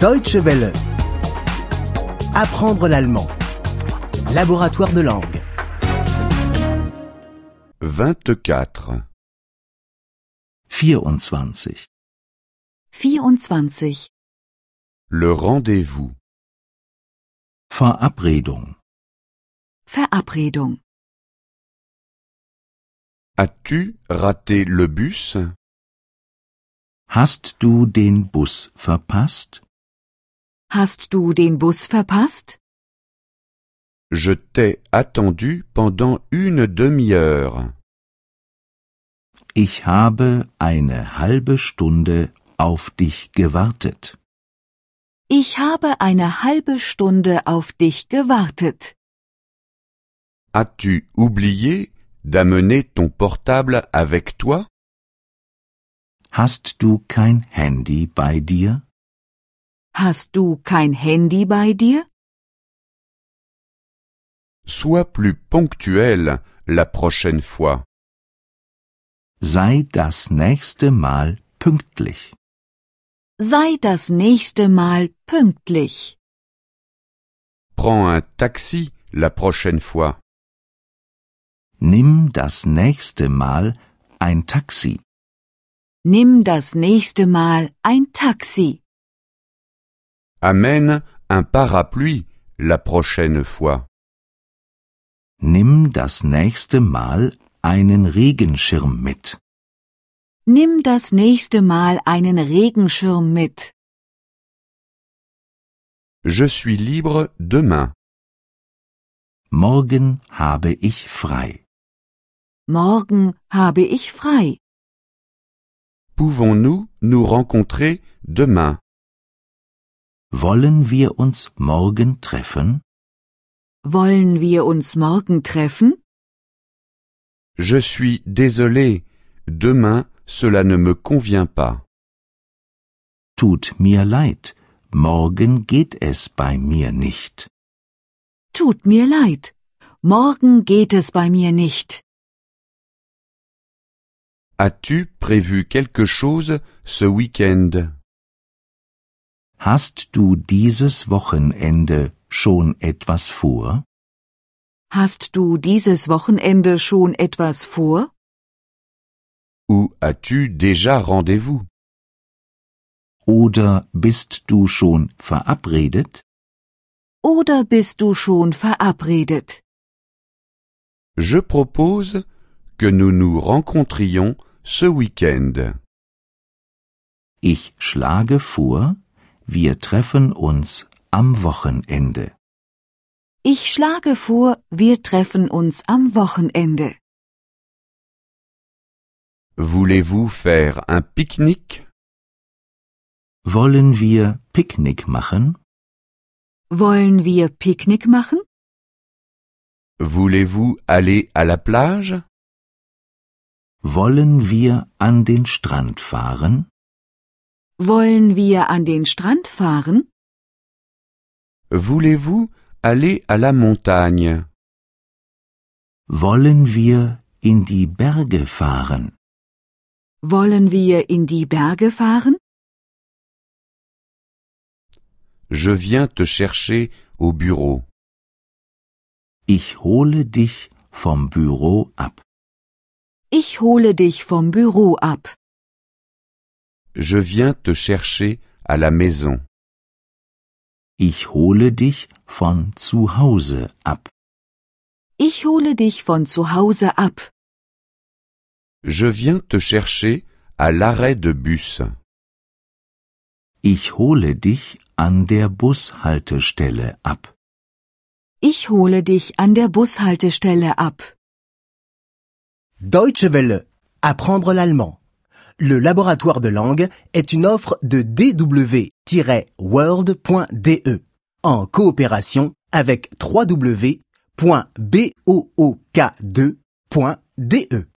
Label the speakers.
Speaker 1: Deutsche Welle. Apprendre l'allemand. Laboratoire de langue.
Speaker 2: 24.
Speaker 3: 24.
Speaker 4: 24.
Speaker 2: Le rendez-vous.
Speaker 3: Verabredung.
Speaker 4: Verabredung.
Speaker 2: As-tu raté le bus
Speaker 3: Hast du den Bus verpasst?
Speaker 4: Hast du den Bus verpasst?
Speaker 2: Je t'ai attendu pendant une demi-heure.
Speaker 3: Ich habe eine halbe Stunde auf dich gewartet.
Speaker 4: Ich habe eine halbe Stunde auf dich gewartet.
Speaker 2: As-tu oublié d'amener ton portable avec toi
Speaker 3: Hast du kein Handy bei dir?
Speaker 4: Hast du kein Handy bei dir?
Speaker 2: Sois plus ponctuel la prochaine fois.
Speaker 3: Sei das nächste Mal pünktlich.
Speaker 4: Sei das nächste Mal pünktlich.
Speaker 2: Prends un taxi la prochaine fois.
Speaker 3: Nimm das nächste Mal ein Taxi.
Speaker 4: Nimm das nächste Mal ein Taxi.
Speaker 2: Amène un parapluie la prochaine fois.
Speaker 3: Nimm das nächste Mal einen Regenschirm mit.
Speaker 4: Nimm das nächste Mal einen Regenschirm mit.
Speaker 2: Je suis libre demain.
Speaker 3: Morgen habe ich frei.
Speaker 4: Morgen habe ich frei.
Speaker 2: Pouvons-nous nous rencontrer demain
Speaker 3: Wollen wir uns morgen treffen?
Speaker 4: Wollen wir uns morgen treffen?
Speaker 2: Je suis désolé, demain cela ne me convient pas.
Speaker 3: Tut mir leid, morgen geht es bei mir nicht.
Speaker 4: Tut mir leid. Morgen geht es bei mir nicht.
Speaker 2: As-tu prévu quelque chose ce week-end
Speaker 3: Hast du dieses Wochenende schon etwas vor?
Speaker 4: Hast du dieses Wochenende schon etwas vor?
Speaker 2: Ou as-tu déjà rendez-vous
Speaker 3: Oder bist du schon verabredet?
Speaker 4: Oder bist du schon verabredet?
Speaker 2: Je propose que nous nous rencontrions ce week-end.
Speaker 3: Ich schlage vor, wir treffen uns am Wochenende.
Speaker 4: Ich schlage vor, wir treffen uns am Wochenende.
Speaker 2: Voulez-vous faire un pique-nique
Speaker 3: Wollen wir Picknick machen?
Speaker 4: Wollen wir Picknick machen?
Speaker 2: Voulez-vous aller à la plage
Speaker 3: Wollen wir an den Strand fahren?
Speaker 4: Wollen wir an den Strand fahren?
Speaker 2: Voulez-vous aller à la montagne
Speaker 3: Wollen wir in die Berge fahren?
Speaker 4: Wollen wir in die Berge fahren?
Speaker 2: Je viens te chercher au bureau.
Speaker 3: Ich hole dich vom Büro ab.
Speaker 4: Ich hole dich vom Büro ab.
Speaker 2: Je viens te chercher à la maison.
Speaker 3: Ich hole dich von zu Hause ab.
Speaker 4: Ich hole dich von zu Hause ab.
Speaker 2: Je viens te chercher à l'arrêt de bus.
Speaker 3: Ich hole dich an der Bushaltestelle ab.
Speaker 4: Ich hole dich an der Bushaltestelle ab.
Speaker 1: Deutsche Welle. Apprendre l'allemand. Le laboratoire de langue est une offre de dw-world.de E. en coopération avec www.book2.de.